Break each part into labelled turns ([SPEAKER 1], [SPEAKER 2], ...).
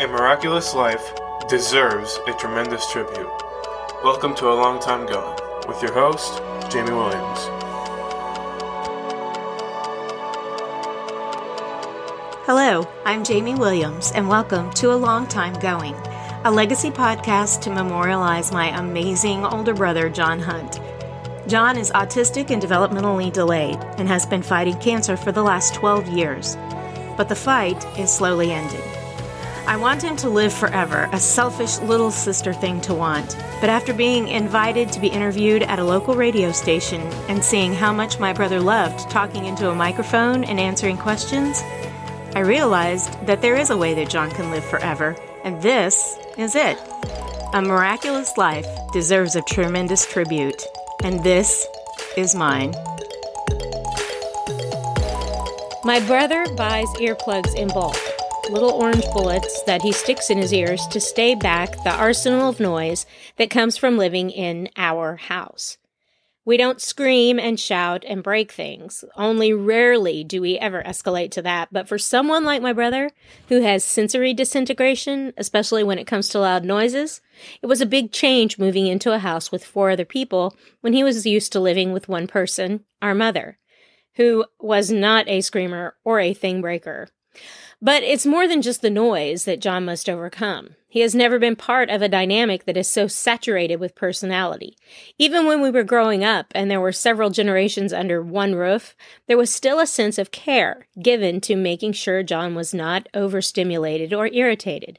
[SPEAKER 1] A Miraculous Life deserves a tremendous tribute. Welcome to A Long Time Gone with your host, Jamie Williams.
[SPEAKER 2] Hello, I'm Jamie Williams, and welcome to A Long Time Going, a legacy podcast to memorialize my amazing older brother, John Hunt. John is autistic and developmentally delayed and has been fighting cancer for the last 12 years. But the fight is slowly ending. I want him to live forever, a selfish little sister thing to want. But after being invited to be interviewed at a local radio station and seeing how much my brother loved talking into a microphone and answering questions, I realized that there is a way that John can live forever, and this is it. A miraculous life deserves a tremendous tribute, and this is mine.
[SPEAKER 3] My brother buys earplugs in bulk, little orange bullets that he sticks in his ears to stay back the arsenal of noise that comes from living in our house. We don't scream and shout and break things. Only rarely do we ever escalate to that. But for someone like my brother, who has sensory disintegration, especially when it comes to loud noises, it was a big change moving into a house with four other people when he was used to living with one person, our mother, who was not a screamer or a thing breaker. But it's more than just the noise that John must overcome. He has never been part of a dynamic that is so saturated with personality. Even when we were growing up and there were several generations under one roof, there was still a sense of care given to making sure John was not overstimulated or irritated.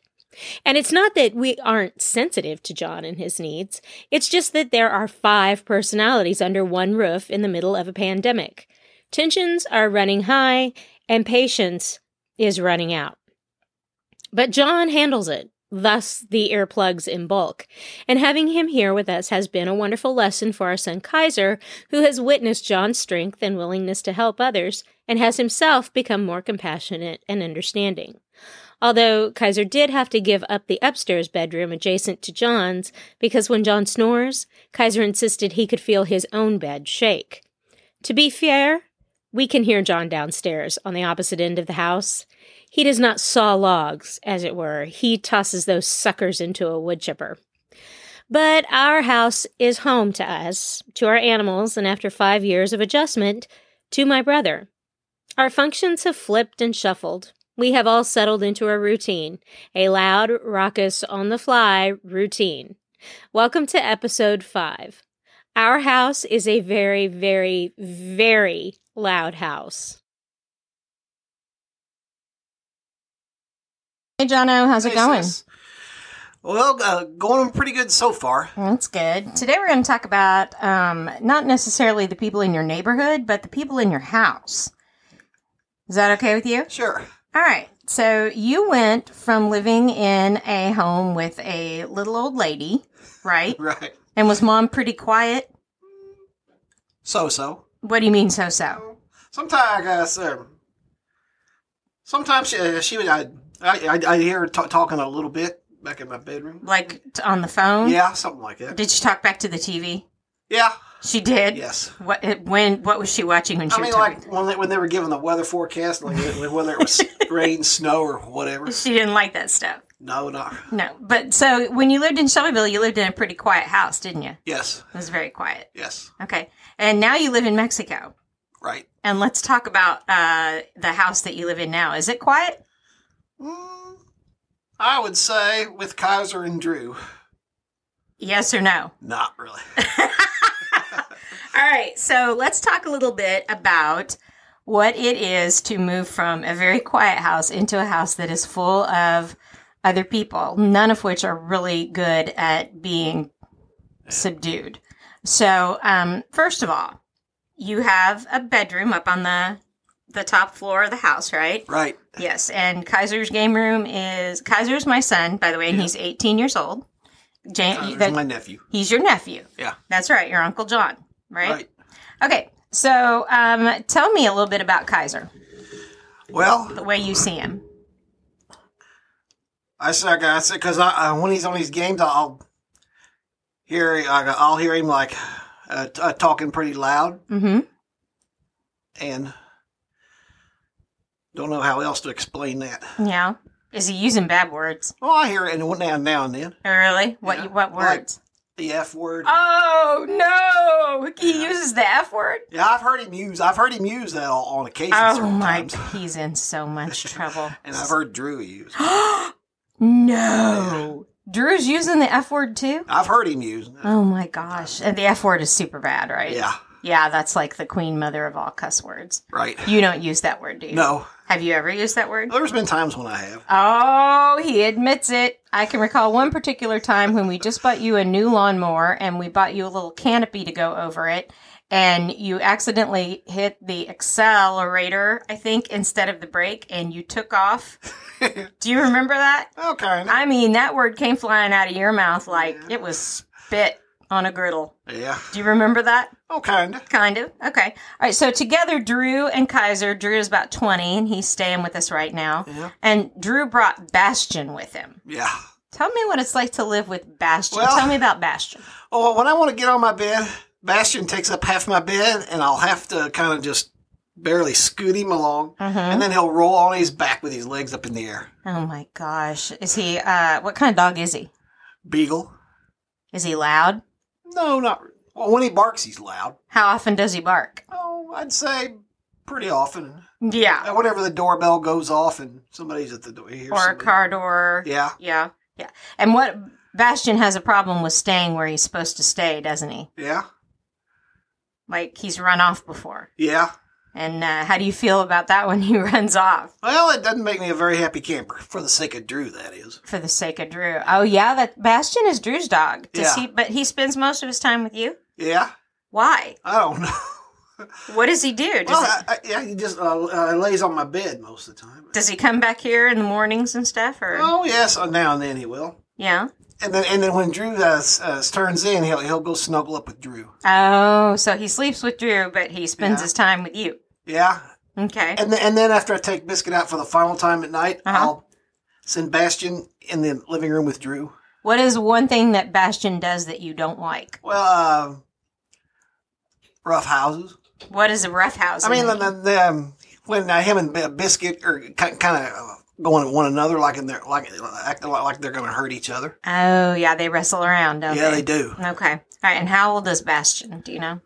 [SPEAKER 3] And it's not that we aren't sensitive to John and his needs, it's just that there are five personalities under one roof in the middle of a pandemic. Tensions are running high, and patience is running out. But John handles it, thus the earplugs in bulk. And having him here with us has been a wonderful lesson for our son Kaiser, who has witnessed John's strength and willingness to help others and has himself become more compassionate and understanding. Although Kaiser did have to give up the upstairs bedroom adjacent to John's because when John snores, Kaiser insisted he could feel his own bed shake. To be fair, we can hear John downstairs on the opposite end of the house. He does not saw logs, as it were. He tosses those suckers into a wood chipper. But our house is home to us, to our animals, and after five years of adjustment, to my brother. Our functions have flipped and shuffled. We have all settled into a routine, a loud, raucous, on the fly routine. Welcome to episode five. Our house is a very, very, very loud house.
[SPEAKER 2] Hey, Jono, how's it
[SPEAKER 4] Hey,
[SPEAKER 2] going?
[SPEAKER 4] sis. Well, uh, going pretty good so far.
[SPEAKER 2] That's good. Today we're going to talk about um, not necessarily the people in your neighborhood, but the people in your house. Is that okay with you?
[SPEAKER 4] Sure.
[SPEAKER 2] All right. So you went from living in a home with a little old lady, right?
[SPEAKER 4] Right.
[SPEAKER 2] And was mom pretty quiet?
[SPEAKER 4] So so.
[SPEAKER 2] What do you mean so so?
[SPEAKER 4] Sometimes I guess. Um, sometimes she, uh, she would. I, I I hear her ta talking a little bit back in my bedroom.
[SPEAKER 2] Like t- on the phone?
[SPEAKER 4] Yeah, something like that.
[SPEAKER 2] Mm-hmm. Did she talk back to the TV?
[SPEAKER 4] Yeah.
[SPEAKER 2] She did.
[SPEAKER 4] Yes.
[SPEAKER 2] What it- when what was she watching when she
[SPEAKER 4] I mean,
[SPEAKER 2] was talking?
[SPEAKER 4] like when they, when they were given the weather forecast, like wh- whether it was rain, snow, or whatever.
[SPEAKER 2] she didn't like that stuff.
[SPEAKER 4] No, not
[SPEAKER 2] No. But so when you lived in Shelbyville, you lived in a pretty quiet house, didn't you?
[SPEAKER 4] yes,
[SPEAKER 2] It was very quiet.
[SPEAKER 4] yes,
[SPEAKER 2] Okay. And now you live in Mexico.
[SPEAKER 4] right.
[SPEAKER 2] And let's talk about uh, the house that you live in now. Is it quiet?
[SPEAKER 4] Mm, I would say with Kaiser and Drew,
[SPEAKER 2] Yes or no?
[SPEAKER 4] not really.
[SPEAKER 2] All right, so let's talk a little bit about what it is to move from a very quiet house into a house that is full of other people, none of which are really good at being subdued. So, um, first of all, you have a bedroom up on the the top floor of the house, right?
[SPEAKER 4] Right.
[SPEAKER 2] Yes, and Kaiser's game room is Kaiser's my son, by the way, and he's 18 years old. Jan-
[SPEAKER 4] Kaiser's
[SPEAKER 2] that-
[SPEAKER 4] Uh, my nephew.
[SPEAKER 2] he's your nephew.
[SPEAKER 4] Yeah.
[SPEAKER 2] That's right, your Uncle John, right?
[SPEAKER 4] Right.
[SPEAKER 2] Okay, so um, tell me a little bit about Kaiser,
[SPEAKER 4] Well,
[SPEAKER 2] the way you see him.
[SPEAKER 4] I said, I said, because I, I, when he's on these games, I'll hear, I, I'll hear him like uh, t- uh, talking pretty loud,
[SPEAKER 2] Mm-hmm.
[SPEAKER 4] and don't know how else to explain that.
[SPEAKER 2] Yeah. Is he using bad words?
[SPEAKER 4] Well, I hear it now, now and then.
[SPEAKER 2] Oh, Really? What
[SPEAKER 4] Yeah.
[SPEAKER 2] what
[SPEAKER 4] Like-
[SPEAKER 2] words?
[SPEAKER 4] The F word.
[SPEAKER 2] Oh no! He uses the F word.
[SPEAKER 4] yeah, I've heard him use. I've heard him use that on, on occasion.
[SPEAKER 2] Oh
[SPEAKER 4] several
[SPEAKER 2] my!
[SPEAKER 4] times.
[SPEAKER 2] He's in so much trouble.
[SPEAKER 4] And I've heard Drew use. it.
[SPEAKER 2] no, Drew's using the F word too.
[SPEAKER 4] I've heard him use. it.
[SPEAKER 2] Oh my gosh! And the F word is super bad, right?
[SPEAKER 4] Yeah.
[SPEAKER 2] Yeah, that's like the queen mother of all cuss words.
[SPEAKER 4] Right.
[SPEAKER 2] You don't use that word, do you?
[SPEAKER 4] No,
[SPEAKER 2] Have you ever used that word?
[SPEAKER 4] there's been times when I have.
[SPEAKER 2] Oh, he admits it. I can recall one particular time when we just bought you a new lawnmower and we bought you a little canopy to go over it. And you accidentally hit the accelerator, I think, instead of the brake, and you took off. Do you remember that?
[SPEAKER 4] Okay.
[SPEAKER 2] I mean, that word came flying out of your mouth like it was spit on a griddle.
[SPEAKER 4] Yeah.
[SPEAKER 2] Do you remember that?
[SPEAKER 4] Oh, kind of.
[SPEAKER 2] Kind of. Okay. All right. So together, Drew and Kaiser. Drew is about twenty, and he's staying with us right now.
[SPEAKER 4] Yeah.
[SPEAKER 2] And Drew brought Bastion with him.
[SPEAKER 4] Yeah.
[SPEAKER 2] Tell me what it's like to live with Bastion.
[SPEAKER 4] Well-
[SPEAKER 2] Tell me about Bastion.
[SPEAKER 4] Oh, well, when I want to get on my bed, Bastion takes up half my bed, and I'll have to kind of just barely scoot him along, and then he'll roll on his back with his legs up in the air.
[SPEAKER 2] Mm-hmm. Oh my gosh. Is he? Uh, what kind of dog is he?
[SPEAKER 4] Beagle.
[SPEAKER 2] Is he loud?
[SPEAKER 4] No, not. Well, when he barks, he's loud.
[SPEAKER 2] How often does he bark?
[SPEAKER 4] Oh, I'd say pretty often.
[SPEAKER 2] Yeah.
[SPEAKER 4] Uh, Whenever the doorbell goes off and somebody's at the door, you hear
[SPEAKER 2] Or a
[SPEAKER 4] somebody-
[SPEAKER 2] car door.
[SPEAKER 4] Yeah.
[SPEAKER 2] Yeah. Yeah. And what Bastion has a problem with staying where he's supposed to stay, doesn't he?
[SPEAKER 4] Yeah.
[SPEAKER 2] Like he's run off before.
[SPEAKER 4] Yeah.
[SPEAKER 2] And uh, how do you feel about that when he runs off?
[SPEAKER 4] Well, it doesn't make me a very happy camper, for the sake of Drew, that is.
[SPEAKER 2] for the sake of Drew. Oh yeah, that Bastion is Drew's dog. Does
[SPEAKER 4] Yeah.
[SPEAKER 2] he but he spends most of his time with you?
[SPEAKER 4] Yeah.
[SPEAKER 2] Why?
[SPEAKER 4] I don't know.
[SPEAKER 2] What does he do? Does,
[SPEAKER 4] Well,
[SPEAKER 2] it-
[SPEAKER 4] I, I, yeah, he just uh, uh, lays on my bed most of the time.
[SPEAKER 2] does he come back here in the mornings and stuff or
[SPEAKER 4] Oh yes, uh, now and then he will.
[SPEAKER 2] yeah?
[SPEAKER 4] And then and then when Drew uh, s- uh, turns in, he'll he'll go snuggle up with Drew.
[SPEAKER 2] Oh, so he sleeps with Drew but he spends
[SPEAKER 4] Yeah.
[SPEAKER 2] his time with you.
[SPEAKER 4] Yeah.
[SPEAKER 2] Okay.
[SPEAKER 4] And then, and then after I take Biscuit out for the final time at night,
[SPEAKER 2] Uh-huh.
[SPEAKER 4] I'll send Bastion in the living room with Drew.
[SPEAKER 2] What is one thing that Bastion does that you don't like?
[SPEAKER 4] Well, uh, rough houses.
[SPEAKER 2] What is a rough house?
[SPEAKER 4] I mean, the, the, the, um, when uh, him and Bi- Biscuit are kind of going at one another, like in their like acting like, like they're going to hurt each other.
[SPEAKER 2] Oh yeah, they wrestle around, don't
[SPEAKER 4] Yeah,
[SPEAKER 2] they?
[SPEAKER 4] they do.
[SPEAKER 2] Okay. All right, and how old is Bastion? Do you know?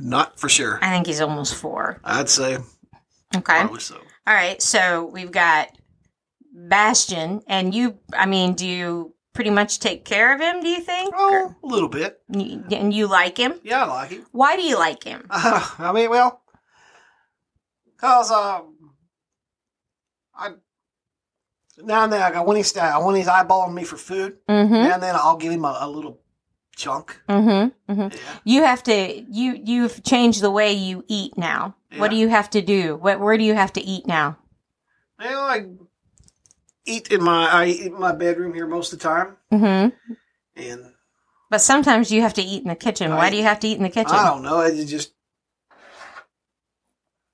[SPEAKER 4] Not for sure.
[SPEAKER 2] I think he's almost four.
[SPEAKER 4] I'd say
[SPEAKER 2] Okay.
[SPEAKER 4] probably so.
[SPEAKER 2] All right, so we've got Bastion, and you. I mean, do you pretty much take care of him? Do you think?
[SPEAKER 4] Oh, a little bit.
[SPEAKER 2] You- and you like him?
[SPEAKER 4] Yeah, I like him.
[SPEAKER 2] Why do you like him?
[SPEAKER 4] Uh, I mean, well, cause um, I now and then I got when he's uh, when he's eyeballing me for food,
[SPEAKER 2] Mm-hmm.
[SPEAKER 4] now and then I'll give him a, a little chunk.
[SPEAKER 2] Mm-hmm. Mm-hmm.
[SPEAKER 4] Yeah.
[SPEAKER 2] You have to. You you've changed the way you eat now. What do you have to do? What where do you have to eat now?
[SPEAKER 4] Well, I eat in my I eat in my bedroom here most of the time,
[SPEAKER 2] Mm-hmm.
[SPEAKER 4] and
[SPEAKER 2] But sometimes you have to eat in the kitchen. Why
[SPEAKER 4] I-
[SPEAKER 2] do you have to eat in the kitchen?
[SPEAKER 4] I don't know. I just I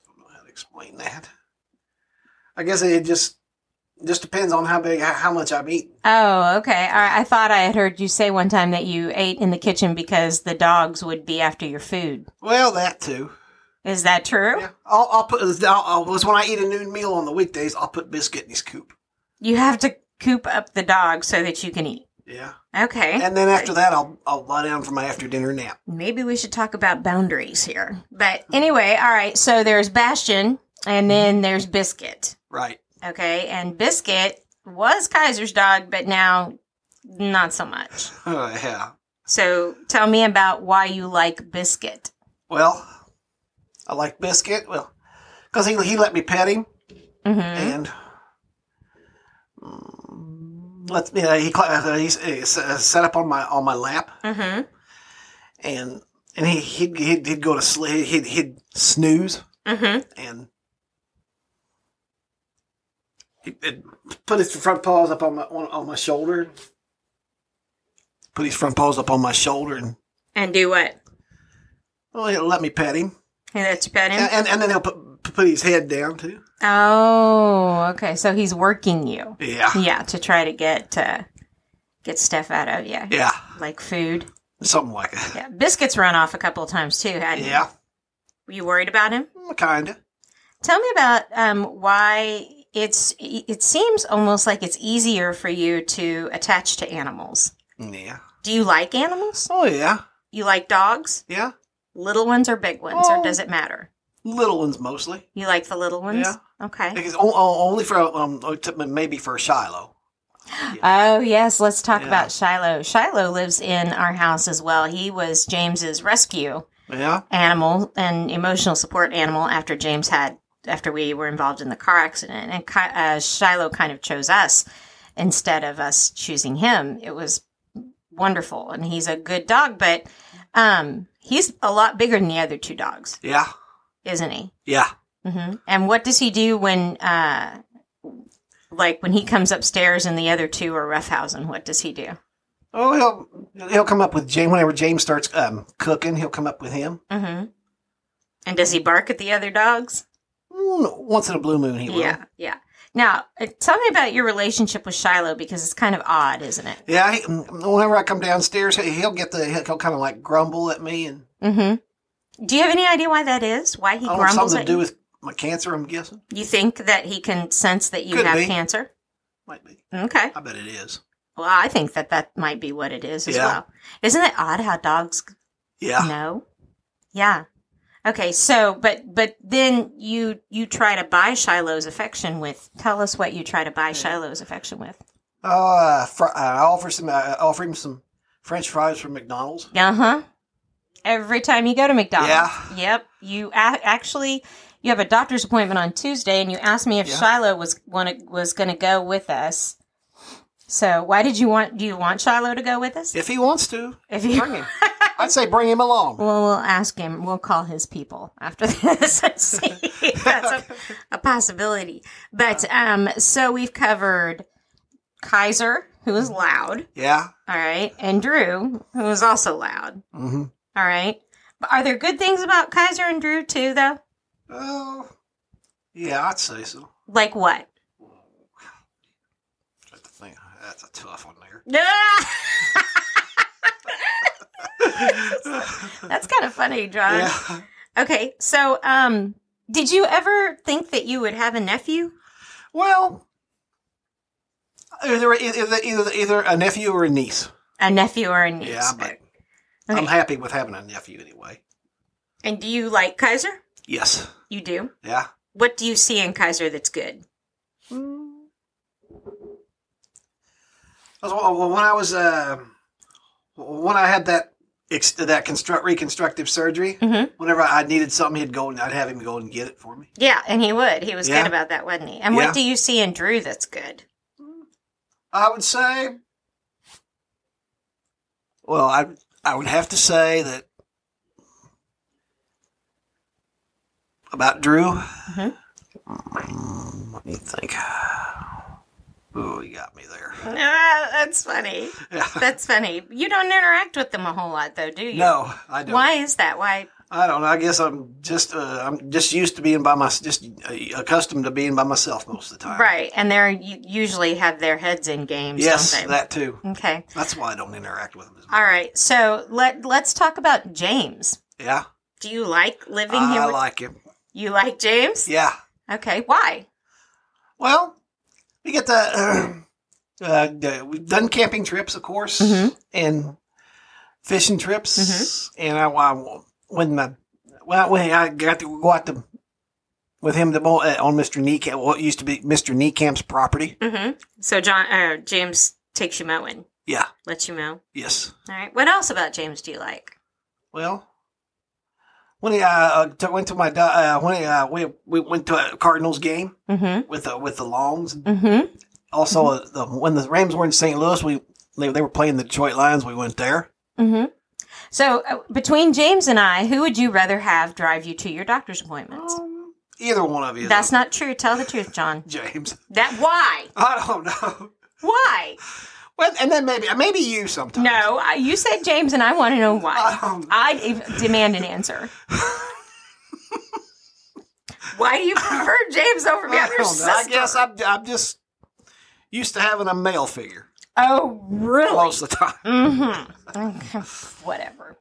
[SPEAKER 4] don't know how to explain that. I guess it just just depends on how big how much I'm eating.
[SPEAKER 2] Oh, okay. All right. I thought I had heard you say one time that you ate in the kitchen because the dogs would be after your food.
[SPEAKER 4] Well, that too.
[SPEAKER 2] Is that true?
[SPEAKER 4] Yeah, I'll, I'll put. I'll, I'll, was when I eat a noon meal on the weekdays, I'll put biscuit in his coop.
[SPEAKER 2] You have to coop up the dog so that you can eat.
[SPEAKER 4] Yeah,
[SPEAKER 2] Okay.
[SPEAKER 4] and then after that, I'll I'll lie down for my after dinner nap.
[SPEAKER 2] Maybe we should talk about boundaries here. But anyway, all right. So there's Bastion and then there's Biscuit.
[SPEAKER 4] Right.
[SPEAKER 2] Okay. And Biscuit was Kaiser's dog, but now not so much.
[SPEAKER 4] Oh yeah.
[SPEAKER 2] So tell me about why you like Biscuit.
[SPEAKER 4] Well, I like biscuit. Well, because he he let me pet him
[SPEAKER 2] Mm-hmm.
[SPEAKER 4] and. mm, Let me. Uh, he cla- uh, he s- uh, s- uh, sat up on my on my lap,
[SPEAKER 2] Mm-hmm.
[SPEAKER 4] and and he he'd, he'd, he'd go to sleep. He'd, he'd snooze,
[SPEAKER 2] Mm-hmm.
[SPEAKER 4] and he it, put his front paws up on my on, on my shoulder. Put his front paws up on my shoulder, and
[SPEAKER 2] And do what?
[SPEAKER 4] well, he'll let me pet him,
[SPEAKER 2] Hey, That's your pet him?
[SPEAKER 4] and and, and then he'll put put his head down too.
[SPEAKER 2] Oh, okay. So he's working you.
[SPEAKER 4] Yeah,
[SPEAKER 2] Yeah, to try to get uh, get stuff out of you.
[SPEAKER 4] yeah,
[SPEAKER 2] Like food.
[SPEAKER 4] something like that.
[SPEAKER 2] Yeah, biscuits run off a couple of times too. Hadn't he?
[SPEAKER 4] Yeah,
[SPEAKER 2] Were you worried about him?
[SPEAKER 4] kinda.
[SPEAKER 2] Tell me about um, why it's it seems almost like it's easier for you to attach to animals.
[SPEAKER 4] Yeah.
[SPEAKER 2] Do you like animals?
[SPEAKER 4] Oh yeah.
[SPEAKER 2] You like dogs?
[SPEAKER 4] Yeah.
[SPEAKER 2] Little ones or big ones,
[SPEAKER 4] Oh.
[SPEAKER 2] or does it matter?
[SPEAKER 4] Little ones mostly.
[SPEAKER 2] You like the little ones? Okay.
[SPEAKER 4] Because o- o- only for um, maybe for Shiloh.
[SPEAKER 2] Oh yes, let's talk
[SPEAKER 4] Yeah.
[SPEAKER 2] about Shiloh. Shiloh lives in our house as well. He was James's rescue
[SPEAKER 4] Yeah.
[SPEAKER 2] animal and emotional support animal after James had after we were involved in the car accident, and ki- uh, Shiloh kind of chose us instead of us choosing him. It was wonderful, and he's a good dog, but um, he's a lot bigger than the other two dogs,
[SPEAKER 4] Yeah.
[SPEAKER 2] isn't he?
[SPEAKER 4] Yeah.
[SPEAKER 2] hmm And what does he do when, uh, like, when he comes upstairs and the other two are roughhousing? What does he do?
[SPEAKER 4] Oh, he'll he'll come up with James whenever James starts um, cooking. He'll come up with him.
[SPEAKER 2] hmm And does he bark at the other dogs?
[SPEAKER 4] Mm, Once in a blue moon, he will.
[SPEAKER 2] Yeah, yeah. Now, uh, tell me about your relationship with Shiloh because it's kind of odd, isn't it?
[SPEAKER 4] Yeah, he, whenever I come downstairs, he- he'll get the he'll kind of like grumble at me and
[SPEAKER 2] Mm-hmm. Do you have any idea why that is? Why he
[SPEAKER 4] I don't know,
[SPEAKER 2] grumbles
[SPEAKER 4] Oh, something to
[SPEAKER 2] at
[SPEAKER 4] do
[SPEAKER 2] you?
[SPEAKER 4] with my cancer. I'm guessing
[SPEAKER 2] you think that he can sense that you
[SPEAKER 4] Could
[SPEAKER 2] have
[SPEAKER 4] be.
[SPEAKER 2] cancer?
[SPEAKER 4] might be.
[SPEAKER 2] Okay.
[SPEAKER 4] I bet it is.
[SPEAKER 2] Well, I think that that might be what it is as
[SPEAKER 4] Yeah. Ah.
[SPEAKER 2] well. Isn't it odd how dogs
[SPEAKER 4] Yeah,
[SPEAKER 2] No. Yeah. Okay. So, but but then you you try to buy Shiloh's affection with. Tell us what you try to
[SPEAKER 4] Hmm.
[SPEAKER 2] buy Shiloh's affection with.
[SPEAKER 4] uh, fr- I offer some. uh, I offer him some French fries from McDonald's.
[SPEAKER 2] Uh huh. Every time you go to McDonald's.
[SPEAKER 4] Yeah.
[SPEAKER 2] Yep. You a- actually you have a doctor's appointment on Tuesday, and you asked me if
[SPEAKER 4] Yeah.
[SPEAKER 2] Shiloh was wanna, was going to go with us. So why did you want? Do you want Shiloh to go with us?
[SPEAKER 4] If he wants to,
[SPEAKER 2] If you
[SPEAKER 4] bring him. I'd say bring him along.
[SPEAKER 2] Well, we'll ask him. We'll call his people after this and see if that's a, a possibility. But um, so we've covered Kaiser, who is loud,
[SPEAKER 4] Yeah.
[SPEAKER 2] all right, and Drew, who is also loud,
[SPEAKER 4] Mm-hmm.
[SPEAKER 2] all right. But are there good things about Kaiser and Drew too, though?
[SPEAKER 4] Oh, yeah, I'd say so.
[SPEAKER 2] Like what?
[SPEAKER 4] That's the thing. That's a tough one there.
[SPEAKER 2] That's kind of funny, John.
[SPEAKER 4] yeah.
[SPEAKER 2] Okay, so um, did you ever think that you would have a nephew?
[SPEAKER 4] Well, either either either either a nephew or a niece.
[SPEAKER 2] A nephew or a niece?
[SPEAKER 4] Yeah, but
[SPEAKER 2] Okay.
[SPEAKER 4] I'm happy with having a nephew anyway.
[SPEAKER 2] And do you like Kaiser?
[SPEAKER 4] Yes.
[SPEAKER 2] You do.
[SPEAKER 4] Yeah.
[SPEAKER 2] What do you see in Kaiser that's good?
[SPEAKER 4] That's wh- wh- When I was uh, when I had that ex- that construct reconstructive surgery,
[SPEAKER 2] Mhm.
[SPEAKER 4] whenever I needed something, he'd go and I'd have him go and get it for me.
[SPEAKER 2] Yeah, and he would. He was
[SPEAKER 4] Yeah.
[SPEAKER 2] good about that, wasn't he? And
[SPEAKER 4] Yeah.
[SPEAKER 2] what do you see in Drew that's good?
[SPEAKER 4] I would say. Well, I I would have to say that about Drew.
[SPEAKER 2] Mm-hmm.
[SPEAKER 4] Mm, Let me think. Oh, you got me there.
[SPEAKER 2] Ah, that's funny.
[SPEAKER 4] Yeah.
[SPEAKER 2] That's funny. You don't interact with them a whole lot, though, do you?
[SPEAKER 4] No, I don't.
[SPEAKER 2] Why is that? Why?
[SPEAKER 4] I don't know. I guess I'm just uh, I'm just used to being by my just uh, accustomed to being by myself most of the time.
[SPEAKER 2] Right. And they're you usually have their heads in games,
[SPEAKER 4] Yes,
[SPEAKER 2] don't they?
[SPEAKER 4] that too.
[SPEAKER 2] okay.
[SPEAKER 4] That's why I don't interact with them as much.
[SPEAKER 2] All right. So let let's talk about James.
[SPEAKER 4] Yeah,
[SPEAKER 2] Do you like living here?
[SPEAKER 4] I
[SPEAKER 2] with-
[SPEAKER 4] like him.
[SPEAKER 2] you like James?
[SPEAKER 4] Yeah.
[SPEAKER 2] Okay. Why?
[SPEAKER 4] Well, we get the uh, uh, we've done camping trips, of course,
[SPEAKER 2] Mhm.
[SPEAKER 4] and fishing trips, and I, I- when my when I, when I got to go out to with him to, mo- uh, on Mister Neecamp, what used to be Mister Neecamp's property.
[SPEAKER 2] Mm-hmm. So John uh, James takes you mowing,
[SPEAKER 4] Yeah.
[SPEAKER 2] lets you mow.
[SPEAKER 4] Yes.
[SPEAKER 2] All right. What else about James do you like?
[SPEAKER 4] Well, when he uh, t- went to my do- uh, when he, uh, we we went to a Cardinals game
[SPEAKER 2] Mm-hmm.
[SPEAKER 4] with the with the Longs.
[SPEAKER 2] Mm-hmm.
[SPEAKER 4] Also, uh, the, when the Rams were in St. Louis, we they, they were playing the Detroit Lions. We went there.
[SPEAKER 2] Mm-hmm. So uh, between James and I, who would you rather have drive you to your doctor's appointments?
[SPEAKER 4] Either one of you.
[SPEAKER 2] Oh. That's not true. Tell the truth, John.
[SPEAKER 4] James.
[SPEAKER 2] That why?
[SPEAKER 4] I don't know.
[SPEAKER 2] Why?
[SPEAKER 4] Well, and then maybe maybe you sometimes.
[SPEAKER 2] No, I, you said James, and I want to know
[SPEAKER 4] I
[SPEAKER 2] why.
[SPEAKER 4] don't-
[SPEAKER 2] I d- demand an answer. why do you prefer James over me?
[SPEAKER 4] I,
[SPEAKER 2] I'm your
[SPEAKER 4] don't know. I
[SPEAKER 2] sister.
[SPEAKER 4] guess I'm, I'm just used to having a male figure
[SPEAKER 2] oh, really?
[SPEAKER 4] most of the time.
[SPEAKER 2] Mm-hmm. Whatever.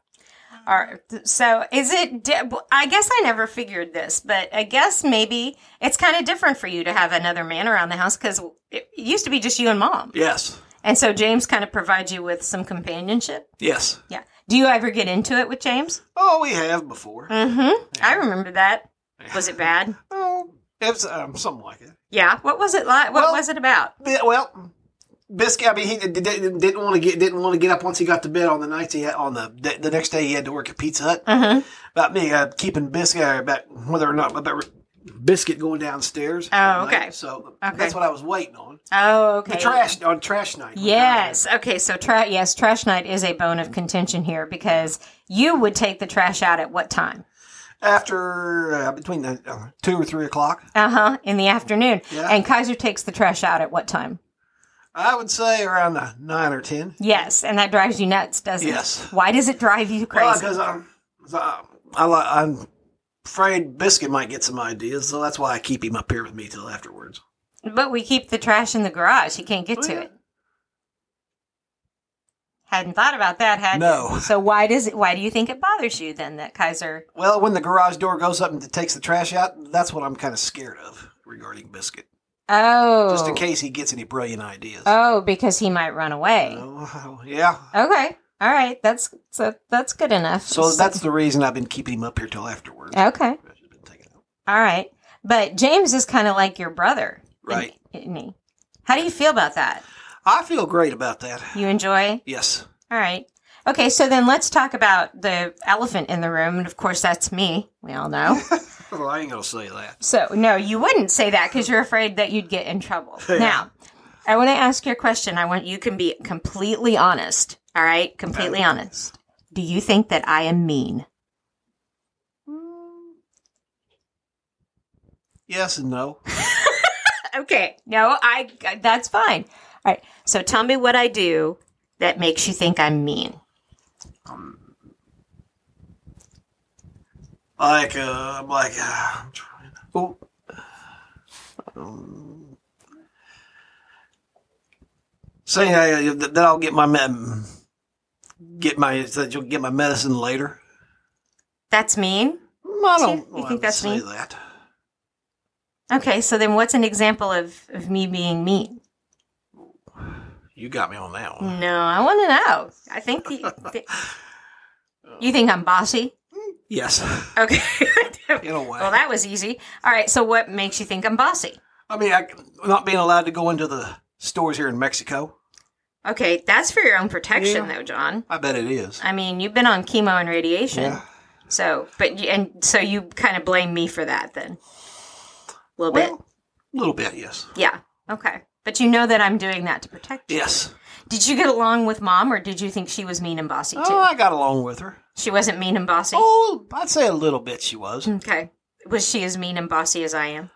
[SPEAKER 2] All right. So is it? di- I guess I never figured this, but I guess maybe it's kind of different for you to have another man around the house because it used to be just you and mom,
[SPEAKER 4] Yes.
[SPEAKER 2] and so James kind of provides you with some companionship.
[SPEAKER 4] Yes.
[SPEAKER 2] Yeah. Do you ever get into it with James?
[SPEAKER 4] Oh, we have before.
[SPEAKER 2] Mm-hmm. I remember that. Was it bad?
[SPEAKER 4] Oh, it's um, something like it.
[SPEAKER 2] Yeah. What was it like? What
[SPEAKER 4] Well-
[SPEAKER 2] was it about?
[SPEAKER 4] Bi- Well, Biscuit. I mean, he did, did, didn't want to get didn't want to get up once he got to bed on the nights he had on the the, the next day he had to work at Pizza Hut.
[SPEAKER 2] Mhm.
[SPEAKER 4] About me uh, keeping Biscuit uh, about whether or not about Biscuit going downstairs.
[SPEAKER 2] Oh,
[SPEAKER 4] at night.
[SPEAKER 2] okay.
[SPEAKER 4] So
[SPEAKER 2] Okay.
[SPEAKER 4] that's what I was waiting on.
[SPEAKER 2] Oh, okay.
[SPEAKER 4] The trash on trash night.
[SPEAKER 2] Yes. Okay. So, tra- yes, trash night is a bone of contention here because you would take the trash out at what time?
[SPEAKER 4] After uh, between the uh, two or three o'clock,
[SPEAKER 2] Uh huh. In the afternoon.
[SPEAKER 4] Yeah.
[SPEAKER 2] And Kaiser takes the trash out at what time?
[SPEAKER 4] I would say around uh, nine or ten.
[SPEAKER 2] Yes. And that drives you nuts, doesn't it?
[SPEAKER 4] Yes.
[SPEAKER 2] Why does it drive you crazy?
[SPEAKER 4] because I'm, 'cause I, I, li- I'm afraid Biscuit might get some ideas, so that's why I keep him up here with me till afterwards.
[SPEAKER 2] but we keep the trash in the garage. He can't get to
[SPEAKER 4] Well-
[SPEAKER 2] it. Hadn't thought about that, had
[SPEAKER 4] No.
[SPEAKER 2] you? So why does it? Why do you think it bothers you then that Kaiser?
[SPEAKER 4] Well, when the garage door goes up and it takes the trash out, that's what I'm kind of scared of regarding Biscuit,
[SPEAKER 2] Oh,
[SPEAKER 4] just in case he gets any brilliant ideas.
[SPEAKER 2] Oh, because he might run away.
[SPEAKER 4] Oh, yeah.
[SPEAKER 2] Okay. All right. That's so that's good enough.
[SPEAKER 4] So that's the reason I've been keeping him up here till afterwards.
[SPEAKER 2] okay.
[SPEAKER 4] Trash has been taken out.
[SPEAKER 2] All right. But James is kind of like your brother,
[SPEAKER 4] Right.
[SPEAKER 2] Isn't he? How do you feel about that?
[SPEAKER 4] I feel great about that.
[SPEAKER 2] You enjoy?
[SPEAKER 4] Yes.
[SPEAKER 2] All right. Okay. So then let's talk about the elephant in the room, and of course that's me. We all know.
[SPEAKER 4] Well, I ain't gonna say that.
[SPEAKER 2] so no, you wouldn't say that because you're afraid that you'd get in trouble. Now, I want to ask you a question. I want you can be completely honest. All right, completely honest. Do you think that I am mean?
[SPEAKER 4] Yes and no.
[SPEAKER 2] Okay. No, I that's fine. All right. So tell me what I do that makes you think I'm mean.
[SPEAKER 4] Like, uh, I'm like, uh, I'm trying to- oh. Um, saying I, uh, that that I'll get my med- get my that you'll get my medicine later.
[SPEAKER 2] That's mean?
[SPEAKER 4] I
[SPEAKER 2] See,
[SPEAKER 4] don't.
[SPEAKER 2] you
[SPEAKER 4] well,
[SPEAKER 2] think
[SPEAKER 4] I would
[SPEAKER 2] that's
[SPEAKER 4] say
[SPEAKER 2] me?
[SPEAKER 4] that?
[SPEAKER 2] Okay, so then what's an example of, of me being mean?
[SPEAKER 4] You got me on that one.
[SPEAKER 2] No, I want to know. I think the, the- you think I'm bossy.
[SPEAKER 4] Yes,
[SPEAKER 2] Okay.
[SPEAKER 4] in a way.
[SPEAKER 2] well, that was easy. All right. So what makes you think I'm bossy?
[SPEAKER 4] I mean, I, not being allowed to go into the stores here in Mexico.
[SPEAKER 2] Okay, that's for your own protection, though, John.
[SPEAKER 4] I bet it is.
[SPEAKER 2] I mean, you've been on chemo and radiation.
[SPEAKER 4] Yeah.
[SPEAKER 2] So, but you- and so you kind of blame me for that then. A little bit.
[SPEAKER 4] Well, a little bit. Yes.
[SPEAKER 2] Yeah. Okay. But you know that I'm doing that to protect you.
[SPEAKER 4] Yes.
[SPEAKER 2] Did you get along with mom or did you think she was mean and bossy too?
[SPEAKER 4] Oh, I got along with her.
[SPEAKER 2] she wasn't mean and bossy.
[SPEAKER 4] Oh, I'd say a little bit. She was.
[SPEAKER 2] Okay. Was she as mean and bossy as I am?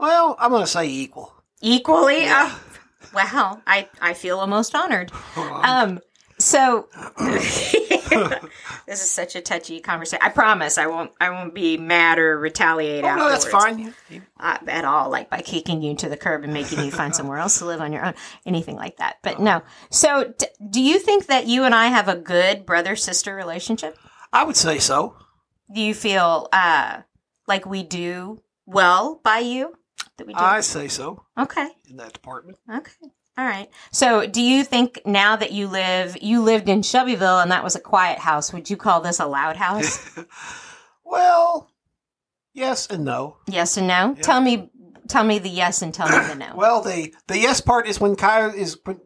[SPEAKER 4] Well, I'm gonna say equal.
[SPEAKER 2] Equally? Oh, wow. I, I feel almost honored.
[SPEAKER 4] Oh,
[SPEAKER 2] Um, so this is such a touchy conversation. I promise I won't I won't be mad or retaliate
[SPEAKER 4] Oh, no,
[SPEAKER 2] afterwards.
[SPEAKER 4] that's fine.
[SPEAKER 2] uh, at all, like by kicking you to the curb and making you find somewhere else to live on your own, anything like that. But no. So, d- do you think that you and I have a good brother sister relationship?
[SPEAKER 4] I would say so.
[SPEAKER 2] Do you feel uh, like we do well by you? That we do.
[SPEAKER 4] I say so
[SPEAKER 2] okay.
[SPEAKER 4] in that department.
[SPEAKER 2] Okay. All right. So, do you think now that you live, you lived in Shelbyville and that was a quiet house? Would you call this a loud house?
[SPEAKER 4] Well, yes and no.
[SPEAKER 2] yes and no.
[SPEAKER 4] Yeah.
[SPEAKER 2] Tell me, tell me the yes and tell me the no.
[SPEAKER 4] Well, the the yes part is when Kaiser is when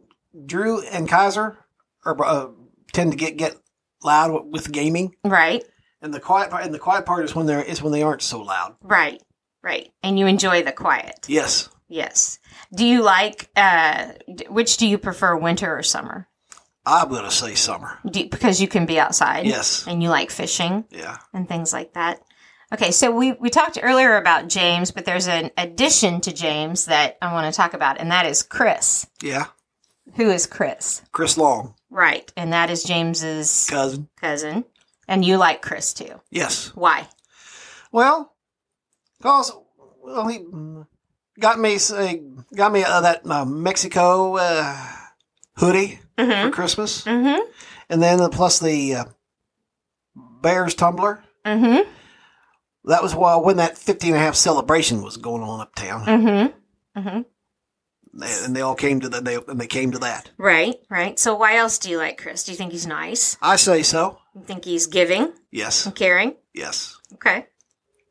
[SPEAKER 4] Drew and Kaiser are, uh, tend to get get loud with gaming,
[SPEAKER 2] right.
[SPEAKER 4] and the quiet part and the quiet part is when they're is when they aren't so loud.
[SPEAKER 2] Right. Right. And you enjoy the quiet.
[SPEAKER 4] Yes,
[SPEAKER 2] Yes. Do you like uh d- which do you prefer winter or summer?
[SPEAKER 4] I'm gonna say summer.
[SPEAKER 2] Do, because you can be outside.
[SPEAKER 4] Yes,
[SPEAKER 2] And you like fishing
[SPEAKER 4] yeah.
[SPEAKER 2] and things like that. Okay, so we we talked earlier about James, but there's an addition to James that I want to talk about and that is Chris.
[SPEAKER 4] Yeah,
[SPEAKER 2] Who is Chris?
[SPEAKER 4] Chris Long,
[SPEAKER 2] Right. And that is James's
[SPEAKER 4] cousin.
[SPEAKER 2] cousin. And you like Chris too.
[SPEAKER 4] Yes.
[SPEAKER 2] Why?
[SPEAKER 4] Well, cause well he mm, got me say got me uh, that uh, Mexico uh, hoodie for
[SPEAKER 2] Mhm.
[SPEAKER 4] Christmas,
[SPEAKER 2] Mhm.
[SPEAKER 4] and then uh, plus the uh, Bears tumbler.
[SPEAKER 2] Mm
[SPEAKER 4] That was while when that 50 and a half celebration was going on uptown,
[SPEAKER 2] hmm. Mm hmm. Mm hmm. Mm.
[SPEAKER 4] and they all came to the they and they came to that.
[SPEAKER 2] Right, right. So why else do you like Chris? Do you think he's nice?
[SPEAKER 4] I say so.
[SPEAKER 2] You think he's giving
[SPEAKER 4] Yes,
[SPEAKER 2] and caring?
[SPEAKER 4] yes,
[SPEAKER 2] Okay.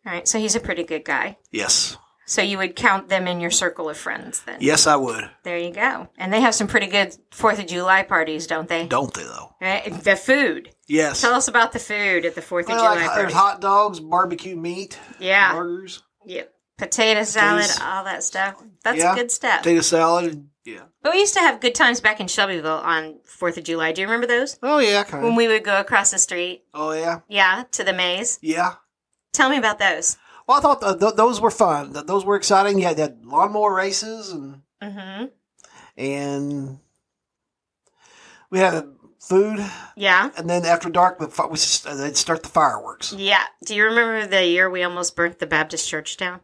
[SPEAKER 2] All right. So he's a pretty good guy.
[SPEAKER 4] yes,
[SPEAKER 2] So you would count them in your circle of friends then.
[SPEAKER 4] yes. I would.
[SPEAKER 2] There you go. And they have some pretty good 4th of July parties, don't they?
[SPEAKER 4] Don't they though?
[SPEAKER 2] Eh, The food.
[SPEAKER 4] Yes.
[SPEAKER 2] Tell us about the food at the 4th of
[SPEAKER 4] Well,
[SPEAKER 2] July
[SPEAKER 4] like,
[SPEAKER 2] party.
[SPEAKER 4] there's hot dogs, barbecue meat,
[SPEAKER 2] yeah.
[SPEAKER 4] burgers,
[SPEAKER 2] yeah. Potato salad,
[SPEAKER 4] Potatoes.
[SPEAKER 2] all that stuff. That's
[SPEAKER 4] Yeah.
[SPEAKER 2] a good stuff.
[SPEAKER 4] potato salad. Yeah.
[SPEAKER 2] But we used to have good times back in Shelbyville on 4th of July. Do you remember those?
[SPEAKER 4] Oh yeah, kind
[SPEAKER 2] When
[SPEAKER 4] of.
[SPEAKER 2] we would go across the street,
[SPEAKER 4] Oh yeah,
[SPEAKER 2] yeah, to the maze.
[SPEAKER 4] yeah.
[SPEAKER 2] Tell me about those.
[SPEAKER 4] Well, I thought th- th- those were fun. Th- those were exciting. You had, you had lawnmower races and
[SPEAKER 2] Mm-hmm.
[SPEAKER 4] and we had uh, food.
[SPEAKER 2] Yeah.
[SPEAKER 4] And then after dark, the fi- we s- uh, they'd start the fireworks.
[SPEAKER 2] Yeah. Do you remember the year we almost burnt the Baptist church down?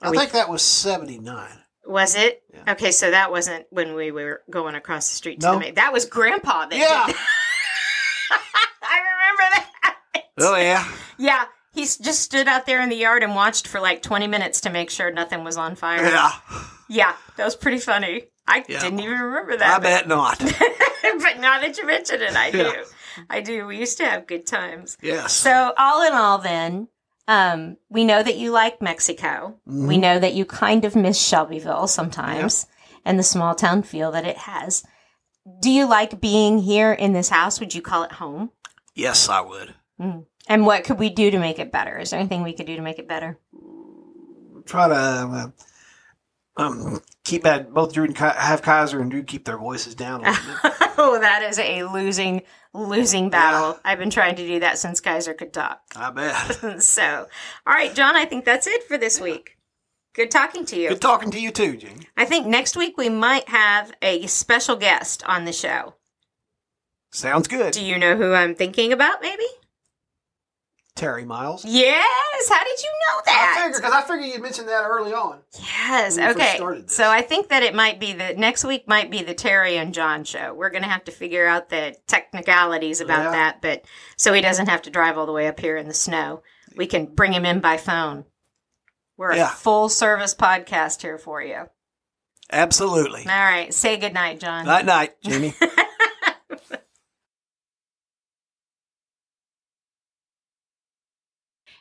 [SPEAKER 4] I
[SPEAKER 2] we-
[SPEAKER 4] think that was seventy nine.
[SPEAKER 2] Was it?
[SPEAKER 4] Yeah.
[SPEAKER 2] Okay, so that wasn't when we were going across the street to
[SPEAKER 4] No.
[SPEAKER 2] the maid. That was Grandpa that
[SPEAKER 4] Yeah.
[SPEAKER 2] did that. I remember that.
[SPEAKER 4] Oh yeah.
[SPEAKER 2] Yeah. He s- just stood out there in the yard and watched for like 20 minutes to make sure nothing was on fire.
[SPEAKER 4] Yeah.
[SPEAKER 2] Yeah, that was pretty funny. I
[SPEAKER 4] Yeah.
[SPEAKER 2] didn't even remember
[SPEAKER 4] I
[SPEAKER 2] that. but-
[SPEAKER 4] bet not.
[SPEAKER 2] but now that you mention it, I
[SPEAKER 4] Yeah.
[SPEAKER 2] do. I do. We used to have good times.
[SPEAKER 4] Yes.
[SPEAKER 2] So, all in all, then, um, we know that you like Mexico.
[SPEAKER 4] Mm-hmm.
[SPEAKER 2] We know that you kind of miss Shelbyville sometimes and the small town feel that it has. Do you like being here in this house? Would you call it home?
[SPEAKER 4] yes, I would.
[SPEAKER 2] And what could we do to make it better? Is there anything we could do to make it better?
[SPEAKER 4] Try to uh, um, keep that both Drew and Ki- have Kaiser and Drew keep their voices down a little bit.
[SPEAKER 2] oh, that is a losing, losing battle. I've been trying to do that since Kaiser could talk.
[SPEAKER 4] I bet.
[SPEAKER 2] so, all right, John, I think that's it for this week. Good talking to you.
[SPEAKER 4] Good talking to you too, Jane.
[SPEAKER 2] I think next week we might have a special guest on the show.
[SPEAKER 4] Sounds good.
[SPEAKER 2] Do you know who I'm thinking about, maybe?
[SPEAKER 4] Terry Miles.
[SPEAKER 2] Yes. How did you know
[SPEAKER 4] I
[SPEAKER 2] that?
[SPEAKER 4] figure because I figured you mentioned that early on.
[SPEAKER 2] Yes.
[SPEAKER 4] When we first
[SPEAKER 2] Okay.
[SPEAKER 4] started this.
[SPEAKER 2] So I think that it might be the next week might be the Terry and John show. We're going to have to figure out the technicalities about
[SPEAKER 4] Yeah.
[SPEAKER 2] that, but so he doesn't have to drive all the way up here in the snow. We can bring him in by phone. We're
[SPEAKER 4] Yeah.
[SPEAKER 2] a full service podcast here for you.
[SPEAKER 4] Absolutely.
[SPEAKER 2] All right. Say goodnight, John.
[SPEAKER 4] Night night, Jamie.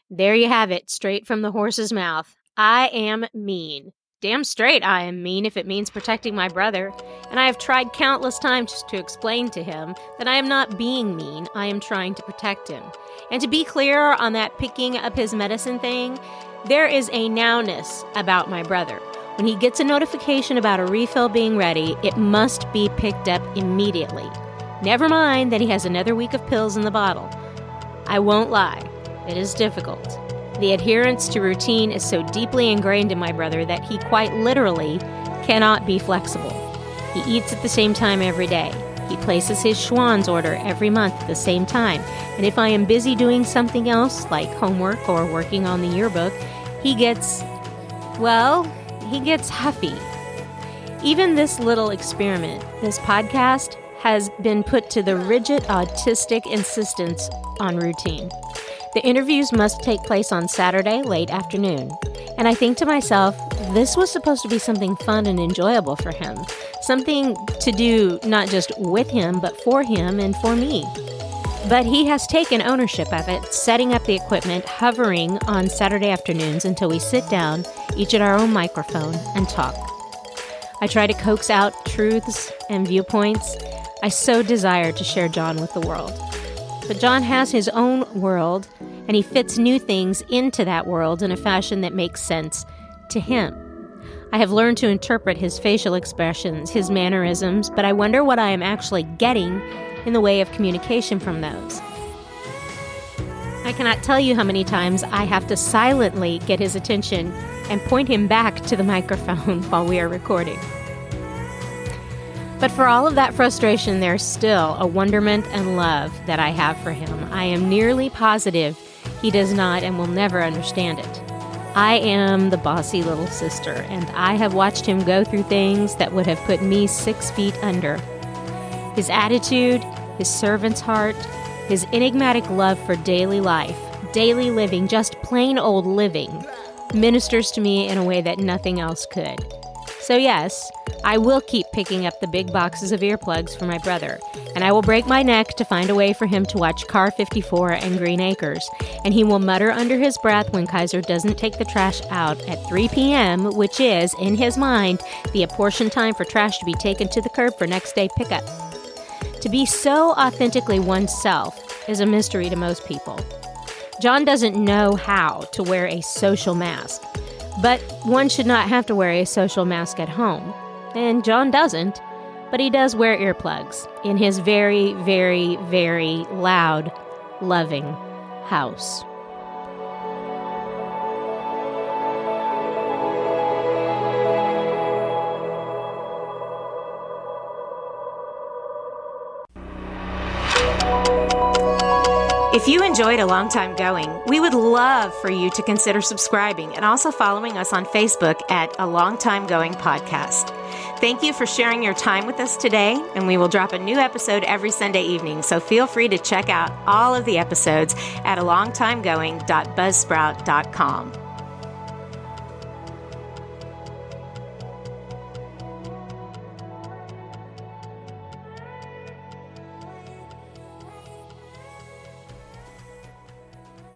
[SPEAKER 3] There you have it, straight from the horse's mouth. I am mean. Damn straight, I am mean if it means protecting my brother. And I have tried countless times to explain to him that I am not being mean, I am trying to protect him. And to be clear on that picking up his medicine thing, there is a nowness about my brother. When he gets a notification about a refill being ready, it must be picked up immediately. Never mind that he has another week of pills in the bottle. I won't lie, it is difficult. The adherence to routine is so deeply ingrained in my brother that he quite literally cannot be flexible. He eats at the same time every day. He places his Schwann's order every month at the same time. And if I am busy doing something else, like homework or working on the yearbook, he gets, well, he gets huffy. Even this little experiment, this podcast, has been put to the rigid autistic insistence on routine. The interviews must take place on Saturday late afternoon. And I think to myself, this was supposed to be something fun and enjoyable for him, something to do not just with him, but for him and for me. But he has taken ownership of it, setting up the equipment, hovering on Saturday afternoons until we sit down, each at our own microphone, and talk. I try to coax out truths and viewpoints I so desire to share John with the world. But John has his own world, and he fits new things into that world in a fashion that makes sense to him. I have learned to interpret his facial expressions, his mannerisms, but I wonder what I am actually getting in the way of communication from those. I cannot tell you how many times I have to silently get his attention and point him back to the microphone while we are recording. But for all of that frustration, there's still a wonderment and love that I have for him. I am nearly positive he does not and will never understand it. I am the bossy little sister, and I have watched him go through things that would have put me six feet under. His attitude, his servant's heart, his enigmatic love for daily life, daily living, just plain old living, ministers to me in a way that nothing else could. So, yes, I will keep picking up the big boxes of earplugs for my brother, and I will break my neck to find a way for him to watch Car 54 and Green Acres, and he will mutter under his breath when Kaiser doesn't take the trash out at 3 p.m., which is, in his mind, the apportioned time for trash to be taken to the curb for next day pickup. To be so authentically oneself is a mystery to most people. John doesn't know how to wear a social mask, but one should not have to wear a social mask at home. And John doesn't, but he does wear earplugs in his very, very, very loud, loving house.
[SPEAKER 5] If you enjoyed A Long Time Going, we would love for you to consider subscribing and also following us on Facebook at A Long Time Going Podcast. Thank you for sharing your time with us today, and we will drop a new episode every Sunday evening, so feel free to check out all of the episodes at alongtimegoing.buzzsprout.com.